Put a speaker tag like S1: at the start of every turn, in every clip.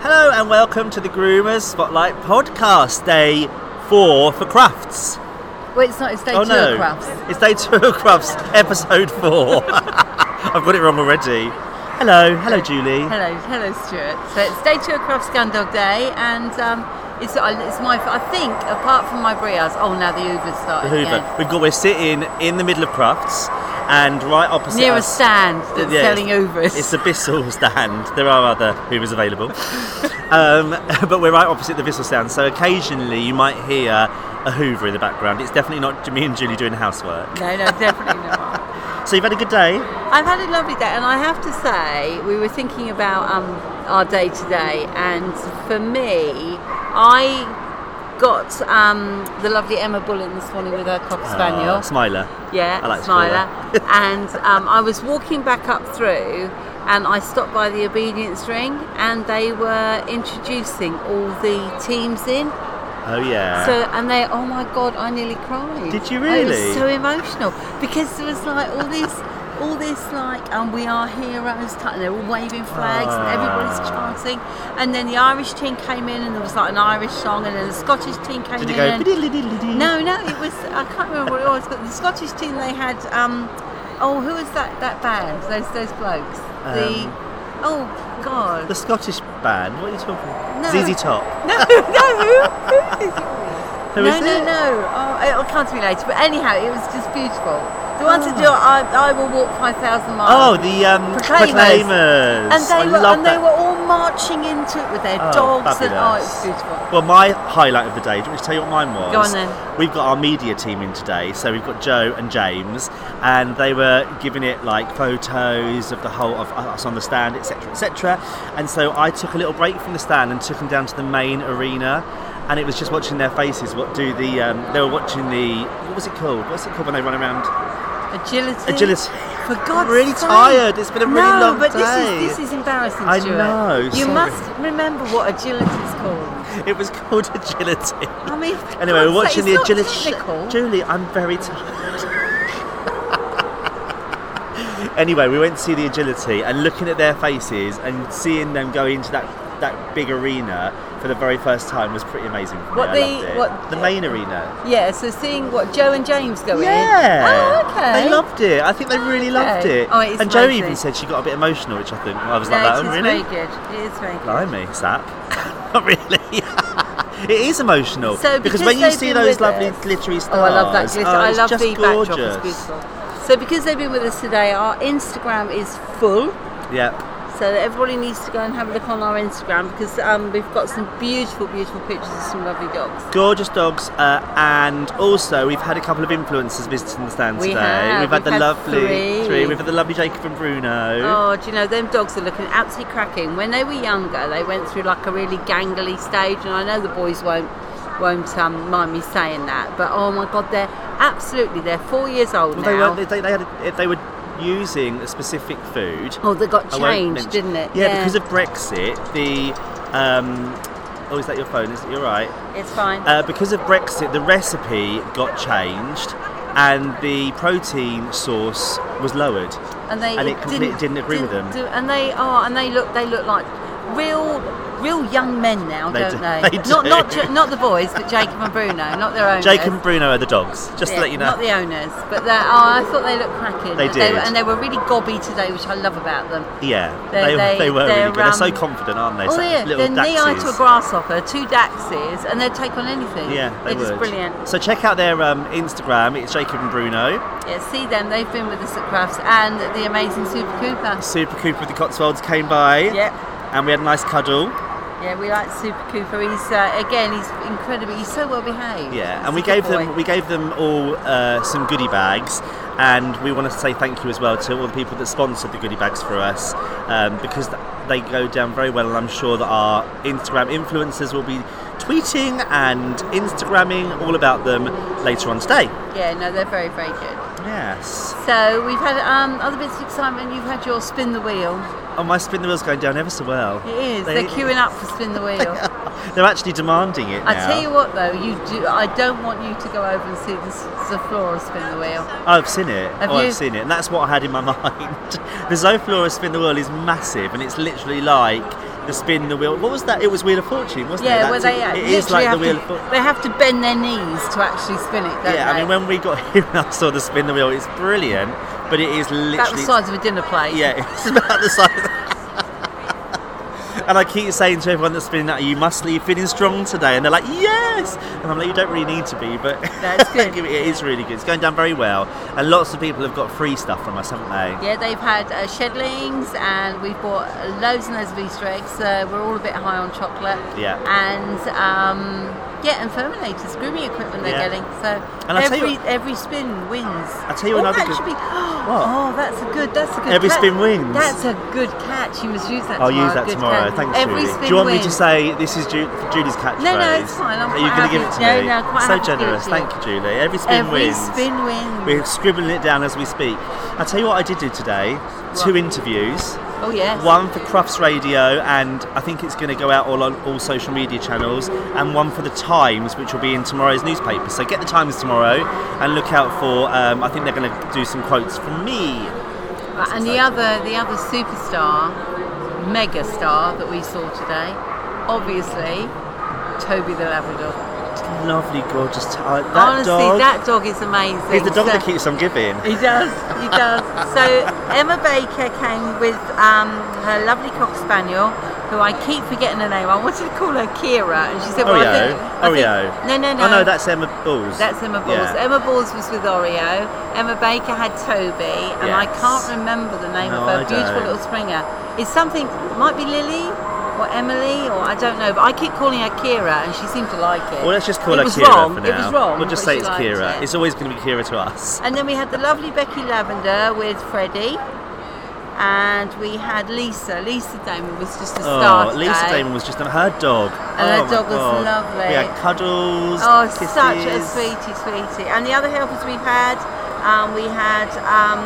S1: Hello and welcome to the Groomers Spotlight Podcast, day four for crafts.
S2: Well, it's not. It's day two
S1: oh no,
S2: of crafts.
S1: it's day two of crafts, episode four. I've got it wrong already. Hello, hello, Julie.
S2: Hello, hello, Stuart. So it's day two of Crafts Scandal Day, and um, it's uh, it's my. I think apart from my brias. Oh, now the Hoover's
S1: The
S2: started.
S1: Hoover.
S2: again.
S1: We've got we're sitting in the middle of crafts, and right opposite
S2: Near a
S1: us-
S2: stand that's
S1: Yeah,
S2: selling Hoovers.
S1: It's the Bissell stand. There are other Hoovers available. um, but we're right opposite the Bissell stand, so occasionally you might hear a Hoover in the background. It's definitely not me and Julie doing housework.
S2: no, no, definitely not.
S1: So you've had a good day?
S2: I've had a lovely day, and I have to say, we were thinking about um, our day today, and for me, I got um, the lovely Emma Bullen this morning with her cock spaniel.
S1: Ah, Smiler.
S2: Yeah,
S1: I like to call
S2: Smiler. and um, I was walking back up through, and I stopped by the obedience ring, and they were introducing all the teams in.
S1: Oh yeah.
S2: So, and they, oh my god, I nearly cried.
S1: Did you
S2: I
S1: really?
S2: was so emotional because there was like all this, all this like, and we are heroes. t- And they're all waving flags, and everybody's
S1: Ah.
S2: chanting. And then the Irish team came in, and there was like an Irish song, and then the Scottish team came
S1: Did
S2: in.
S1: you go?
S2: and-
S1: "Biddle-diddle-diddle-dee"?
S2: no, no, it was I can't remember what it was, but the Scottish team they had. Um, oh, who was that that band? Those those blokes. the
S1: Um,
S2: oh god.
S1: The Scottish band. What are you talking? about?
S2: No.
S1: ZZ Top.
S2: no, no, who, who is it?
S1: Who
S2: no,
S1: is
S2: no,
S1: it?
S2: no. Oh, it'll come to me later. But anyhow, it was just beautiful. The ones that do it, I, I will walk 5,000
S1: Oh,
S2: miles.
S1: the um,
S2: Proclaimers.
S1: Proclaimers.
S2: and
S1: Oh, I
S2: they were
S1: love
S2: and
S1: that.
S2: they were all marching into it with their
S1: Oh,
S2: dogs and oh, it
S1: fabulous.
S2: was beautiful.
S1: Well, my highlight of the day, do you want me to tell you what mine was?
S2: Go on then.
S1: We've got our media team in today, so we've got Joe and James, and they were giving it like photos of the whole of us on the stand, etc., etc. And so I took a little break from the stand and took them down to the main arena, and it was just watching their faces. What do the? Um, they were watching the. What was it called? What's it called when they run around?
S2: Agility.
S1: Agility.
S2: For God's
S1: really
S2: sake.
S1: tired. It's been a really
S2: no,
S1: long
S2: but
S1: day.
S2: This is, this is embarrassing,
S1: I
S2: Stuart.
S1: know,
S2: You
S1: sorry.
S2: must remember what agility is called.
S1: It was called agility.
S2: I mean, for
S1: Anyway, we're
S2: God's
S1: watching
S2: sake,
S1: the
S2: it's not
S1: agility.
S2: technical.
S1: Julie, I'm very tired. anyway, we went to see the agility and looking at their faces and seeing them go into that, that big arena for the very first time was pretty amazing for me.
S2: What
S1: I
S2: the-
S1: loved it.
S2: what-
S1: the main arena.
S2: Yeah, so seeing what Joe and James go
S1: Yeah.
S2: in. Oh, okay.
S1: They loved it. I think they
S2: Oh,
S1: really
S2: okay.
S1: loved it.
S2: Oh, it's
S1: and Joe
S2: amazing.
S1: even said she got a bit emotional, which I think I was
S2: No,
S1: like that.
S2: it
S1: "Oh,
S2: is
S1: really?
S2: very good. It is very good.
S1: Blimey, sap. Not really. it is emotional.
S2: So
S1: because,
S2: because
S1: when you
S2: they've
S1: see
S2: been
S1: those
S2: with
S1: lovely
S2: us-
S1: glittery stars,
S2: Oh, I love that glitter.
S1: oh,
S2: I
S1: it's
S2: love
S1: just
S2: the
S1: gorgeous.
S2: backdrop. It's beautiful. So because they've been with us today, our Instagram is full.
S1: Yeah,
S2: So that everybody needs to go and have a look on our Instagram because um, we've got some beautiful, beautiful pictures of some lovely dogs.
S1: gorgeous dogs, uh, and also we've had a couple of influencers visiting the stand
S2: We
S1: today.
S2: have.
S1: We've had
S2: We've
S1: the
S2: had
S1: lovely
S2: three.
S1: We've had the lovely Jacob and Bruno.
S2: Oh, do you know them dogs are looking absolutely cracking. When they were younger, they went through like a really gangly stage, and I know the boys won't won't um, mind me saying that, but oh my god, they're absolutely they're four years old
S1: well, they
S2: now.
S1: were they, they had a, they were using a specific food.
S2: oh, they got
S1: I won't
S2: changed,
S1: mention-
S2: didn't it?
S1: Yeah, because of Brexit, the um, oh, is that your phone? Is it, you're right.
S2: it's fine.
S1: Uh, because of Brexit, the recipe got changed, and the protein source was lowered.
S2: and they
S1: and it completely didn't agree with them.
S2: do- and they are, and they look, they look like real, real young men now,
S1: They
S2: don't
S1: do-
S2: they?
S1: they
S2: Not,
S1: do.
S2: not, ju- not the boys, but Jacob and Bruno, not their owners.
S1: Jake and Bruno are the dogs, just to
S2: Yeah,
S1: let you know.
S2: Not the owners, but they oh, I thought they looked cracking.
S1: They
S2: were-
S1: did.
S2: and they were really gobby today, which I love about them.
S1: yeah, they,
S2: They- they-
S1: they were really
S2: they're,
S1: good. They're so
S2: um,
S1: confident, aren't they?
S2: Oh
S1: So-
S2: yeah, they're
S1: little
S2: knee eye to a
S1: dachshunds.
S2: grasshopper, two daxies, and they'd take on anything.
S1: Yeah, they
S2: they're just
S1: would.
S2: brilliant.
S1: So check out their um, Instagram. It's Jacob and Bruno.
S2: Yeah, see them. They've been with us at Crafts and the amazing Super Cooper.
S1: Super Cooper of the Cotswolds came by.
S2: Yep.
S1: And we had a nice cuddle.
S2: Yeah, we like Super Cooper. He's uh, again, he's incredible. He's so well behaved.
S1: Yeah,
S2: He's
S1: and we
S2: a good
S1: gave
S2: boy.
S1: them we gave them all uh, some goodie bags, and we want to say thank you as well to all the people that sponsored the goodie bags for us um, because th- they go down very well, and I'm sure that our Instagram influencers will be tweeting and Instagramming all about them later on today.
S2: Yeah, no, they're very, very good.
S1: Yes.
S2: So we've had um, other bits of excitement. You've had your spin the wheel.
S1: Oh, my spin the wheel's going down ever so well.
S2: It is.
S1: They-
S2: They're queuing up for spin the wheel.
S1: They're actually demanding it now.
S2: I tell you what, though, you do. I don't want you to go over and see the, the floor of spin the wheel.
S1: Oh, I've seen it.
S2: Have
S1: oh,
S2: you?
S1: I've seen it, and that's what I had in my mind. the Zoflora Spin the World is massive, and it's literally like the spin, the wheel. What was that? It was Wheel of Fortune, wasn't it?
S2: Yeah,
S1: That
S2: where
S1: took-
S2: they uh,
S1: it is like
S2: literally
S1: the
S2: have
S1: Wheel
S2: to,
S1: of Fortune.
S2: They have to bend their knees to actually spin it. Don't
S1: Yeah, I
S2: they?
S1: mean, when we got here, I saw the spin the wheel. It's brilliant, but it is literally
S2: about the size of a dinner plate.
S1: Yeah, it's about the size. and I keep saying to everyone that's spinning that, you must leave feeling strong today, and they're like, yes. And I'm like, you don't really need to be, but
S2: That's good.
S1: it is really good. It's going down very well, and lots of people have got free stuff from us, haven't they?
S2: Yeah, they've had uh, shedlings and we've bought loads and loads of Easter eggs. So we're all a bit high on chocolate.
S1: Yeah.
S2: And um, yeah, and Furminators, grooming equipment they're
S1: Yeah.
S2: getting. So
S1: And I tell you
S2: every
S1: what-
S2: every spin wins. I
S1: tell you
S2: oh,
S1: another
S2: that
S1: good-
S2: should be. Oh, that's a good. That's a good.
S1: Every
S2: catch.
S1: spin wins.
S2: That's a good catch. You must use that.
S1: I'll
S2: tomorrow.
S1: use that
S2: Good
S1: tomorrow.
S2: catch.
S1: Thanks,
S2: every
S1: Judy.
S2: Spin
S1: Do you want me to
S2: wins.
S1: say this is Ju- Judy's catchphrase?
S2: No, no, it's fine. I'm
S1: Are you going to
S2: quite
S1: give it
S2: happy-
S1: to
S2: no,
S1: me?
S2: no, quite
S1: so
S2: happy to give it
S1: generous.
S2: to you.
S1: Thank you, Julie. Every spin
S2: Every
S1: wins.
S2: spin wins.
S1: We're scribbling it down as we speak. I tell you what I did do today: two interviews.
S2: Oh yes.
S1: One for Crufts Radio, and I think it's going to go out all on all social media channels, and one for the Times, which will be in tomorrow's newspaper. So get the Times tomorrow, and look out for. Um, I think they're going to do some quotes from me.
S2: Right, and the other, the other superstar, mega star that we saw today, obviously, Toby the Labrador.
S1: Lovely, gorgeous. T- uh, that
S2: Honestly,
S1: dog.
S2: that dog is amazing.
S1: He's the dog
S2: So-
S1: that keeps on giving.
S2: He does, he does. so Emma Baker came with um, her lovely cock spaniel, who I keep forgetting her name. I wanted to call her Kira, and she
S1: Oh,
S2: said, "Well, I think, I think-
S1: Oreo.
S2: no, no, no.
S1: Oh no, that's Emma Balls.
S2: That's Emma Balls.
S1: Yeah.
S2: Emma Balls was with Oreo. Emma Baker had Toby, and I
S1: Yes.
S2: can't remember the name
S1: No,
S2: of her
S1: I
S2: beautiful
S1: don't.
S2: little Springer. It's something might be Lily or Emily or I don't know, but I keep calling her Kira, and she seemed to like it.
S1: Well, let's just call
S2: it
S1: her
S2: was
S1: Kira
S2: wrong.
S1: for now.
S2: It was wrong.
S1: We'll just
S2: but
S1: say
S2: she
S1: it's
S2: liked
S1: Kira.
S2: it.
S1: It's always going to be Kira to us.
S2: And then we had the lovely Becky Lavender with Freddie. And we had Lisa. Lisa Damon was just a star.
S1: Oh, Lisa
S2: today.
S1: Damon was just her dog.
S2: And her
S1: oh, my
S2: dog was
S1: God.
S2: lovely.
S1: We had cuddles.
S2: Oh,
S1: kisses.
S2: such a sweetie, sweetie. And the other helpers we've had, um, we had um,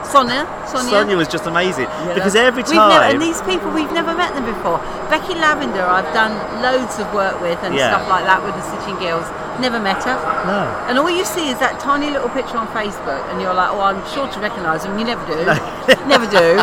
S2: uh, Sonia. Sonia.
S1: Sonia was just amazing because every
S2: We've never,
S1: time
S2: and these people, we've never met them before. Becky Lavender, I've done loads of work with and
S1: Yeah.
S2: stuff like that with the Stitching Girls. Never met her.
S1: no.
S2: And all you see is that tiny little picture on Facebook, and you're like, oh, I'm sure to recognise them. You never do. never do.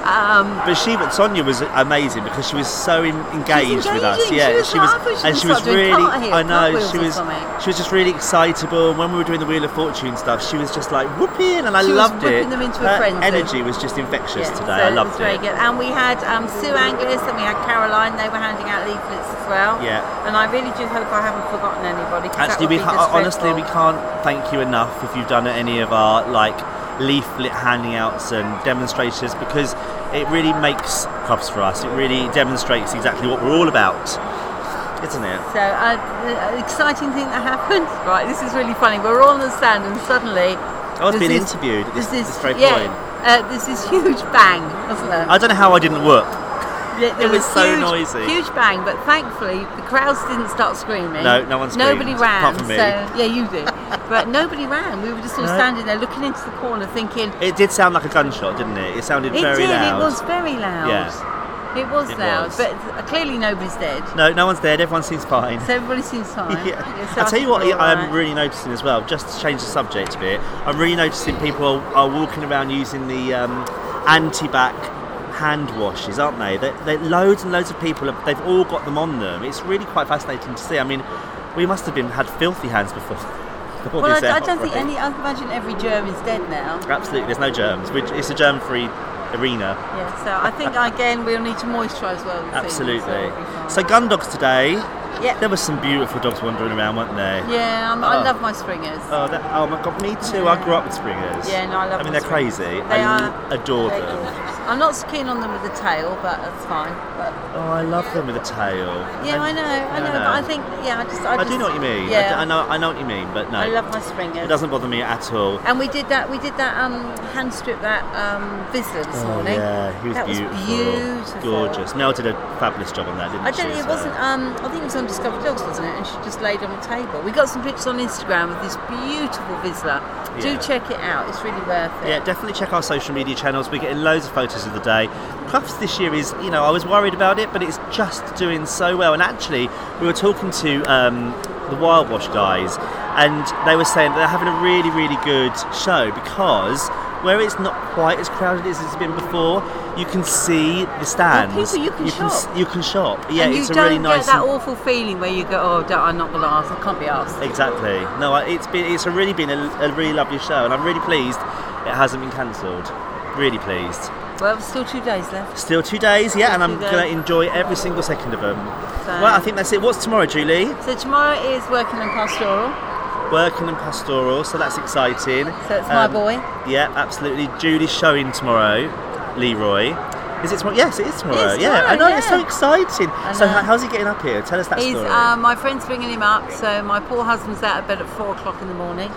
S2: Um,
S1: But she, but Sonia was amazing because she was so en- engaged,
S2: engaging.
S1: with us.
S2: She
S1: Yeah,
S2: was like, I thought she was
S1: and she
S2: gonna
S1: was
S2: start doing
S1: really.
S2: cartwheels-
S1: I know
S2: cartwheels
S1: she
S2: or
S1: was.
S2: something.
S1: She was just really excitable. And when we were doing the Wheel of Fortune stuff, she was just like whooping, and I
S2: She was
S1: loved it.
S2: whipping them into a
S1: Her
S2: frenzy.
S1: Energy was just infectious
S2: yeah,
S1: today.
S2: so
S1: I
S2: it was
S1: loved
S2: very
S1: it.
S2: good. And we had um, Sue Anglis and we had Caroline. They were handing out leaflets as well.
S1: Yeah.
S2: And I really do hope I haven't forgotten anybody. 'cause that
S1: Actually, we
S2: would be
S1: can't, honestly we
S2: disrespectful.
S1: can't thank you enough if you've done any of our like leaflet handing outs and demonstrations because it really makes props for us. It really demonstrates exactly what we're all about, isn't it?
S2: So, uh, the exciting thing that happened. Right, this is really funny. We're all on the stand, and
S1: I
S2: suddenly.
S1: was
S2: there's
S1: being
S2: this-
S1: interviewed at this,
S2: there's
S1: this very
S2: yeah,
S1: point.
S2: Uh, there's this huge bang, wasn't there?
S1: I don't know how I didn't look.
S2: Yeah,
S1: It
S2: there
S1: was so
S2: huge,
S1: noisy.
S2: Huge bang, but thankfully the crowds didn't start screaming.
S1: No, no one
S2: Nobody
S1: screamed,
S2: ran.
S1: apart from me.
S2: So yeah, you did. but nobody ran. We were just all
S1: No.
S2: standing there looking into the corner, thinking
S1: It did sound like a gunshot, didn't it? It sounded
S2: it
S1: very
S2: did.
S1: loud.
S2: It was very loud. It was
S1: It
S2: loud,
S1: was.
S2: but uh, clearly nobody's dead.
S1: No, no one's dead. Everyone seems fine.
S2: So everybody seems fine.
S1: Yeah.
S2: Yeah, so
S1: I'll tell you
S2: think
S1: what
S2: we're all
S1: I'm
S2: right.
S1: really noticing as well, just to change the subject a bit, I'm really noticing people are, are walking around using the um, anti-back hand washes, aren't they? That that Loads and loads of people, have, they've all got them on them. It's really quite fascinating to see. I mean, we must have been had filthy hands before. before
S2: Well, I,
S1: this
S2: I don't
S1: outbreak.
S2: think any. I imagine every germ is dead now.
S1: Absolutely, there's no germs. Which It's a germ-free arena.
S2: Yeah. So I think again we'll need to moisturise well. this evening, so
S1: Absolutely.
S2: it'll be fine.
S1: So gun dogs today.
S2: Yeah.
S1: There were some beautiful dogs wandering around, weren't there?
S2: yeah, I'm, I
S1: Oh.
S2: love my springers.
S1: Oh, that, oh my god, me too. I grew up with springers.
S2: Yeah, no, I love
S1: I mean,
S2: the
S1: they're
S2: Springers.
S1: crazy.
S2: They
S1: I
S2: are.
S1: adore
S2: They-
S1: them.
S2: I'm not so keen on them with the tail, but that's fine. But
S1: Oh, I love them with a tail.
S2: yeah, I know, I know, but I think yeah, I just I,
S1: I
S2: just,
S1: do know what you mean. I
S2: Yeah,
S1: do- I, know. I know what you mean, but no,
S2: I love my springers.
S1: it doesn't bother me at all.
S2: And we did that. We did that um, hand strip that um, visitor this
S1: Oh,
S2: morning.
S1: yeah, he was
S2: that
S1: beautiful,
S2: Was beautiful.
S1: gorgeous. Mel did a fabulous job on that, didn't
S2: I
S1: she?
S2: don't. It
S1: So-
S2: wasn't. Um, I think it was on Discovery Dogs, wasn't it? And she just laid on the table. We got some pictures on Instagram of this beautiful Vizsla. Do
S1: Yeah.
S2: check it out. It's really worth it.
S1: Yeah, definitely check our social media channels. We're getting loads of photos of the day. Crufts this year is, you know, I was worried about it, but it's just doing so well. And actually, we were talking to um, the Wild Wash guys, and they were saying they're having a really, really good show because where it's not quite as crowded as it's been before, you can see the stands.
S2: people, you can
S1: s-
S2: shop.
S1: you can shop. Yeah,
S2: and you
S1: it's a
S2: don't
S1: really nice.
S2: get that awful feeling where you go, oh, don't, I'm not going to ask, I can't be asked.
S1: exactly. No, I- it's been it's a really been a, a really lovely show, and I'm really pleased it hasn't been cancelled. Really pleased.
S2: Well, there's still two days left.
S1: Still two days, yeah, and I'm
S2: Two days.
S1: going to enjoy every single second of them.
S2: So-
S1: Well, I think that's it. What's tomorrow, Julie?
S2: So tomorrow is working and pastoral.
S1: Working and pastoral, so that's exciting. Um,
S2: So it's my boy.
S1: Yeah, absolutely. Julie's showing tomorrow, Leroy. Is it tomorrow? Yes, it is tomorrow.
S2: It's
S1: yeah,
S2: tomorrow,
S1: I know, it's so
S2: yeah.
S1: exciting. So,
S2: know.
S1: how, how's he getting up here? Tell us that
S2: He's
S1: story.
S2: uh, my friend's bringing him up. So my poor husband's out of bed at four o'clock in the morning.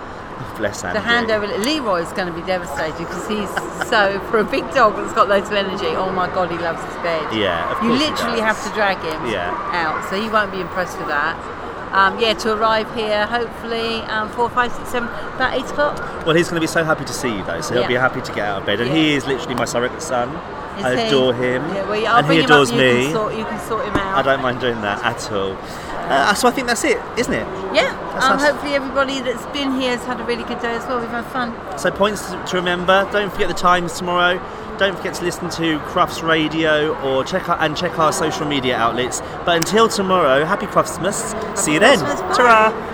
S1: Bless Andy.
S2: The handover, Leroy's going to be devastated because he's so for a big dog that's got loads of energy. Oh my god, he loves his bed.
S1: Yeah, of
S2: you
S1: course he
S2: literally
S1: does.
S2: have to drag him
S1: Yeah.
S2: out, so he won't be impressed with that. Um, yeah, to arrive here hopefully um, four, five, six, seven, about eight o'clock.
S1: Well, he's going to be so happy to see you, though, so he'll
S2: Yeah.
S1: be happy to get out of bed. And he
S2: Yeah.
S1: is literally my surrogate son.
S2: Is
S1: I
S2: he-
S1: adore him.
S2: Yeah, well, I'll
S1: and
S2: bring
S1: he adores
S2: him up, You
S1: me.
S2: can, sort, you can sort him out.
S1: I don't mind doing that at all. Uh, so, I think that's it, isn't it?
S2: Yeah,
S1: That's
S2: um,
S1: us.
S2: hopefully everybody that's been here has had a really good day as well. We've had fun.
S1: So points to to remember. Don't forget the times tomorrow. Don't forget to listen to Crufts Radio or check our, and check our social media outlets. But until tomorrow, happy Cruftsmas. See you then.
S2: Christmas. Bye.
S1: Ta-ra.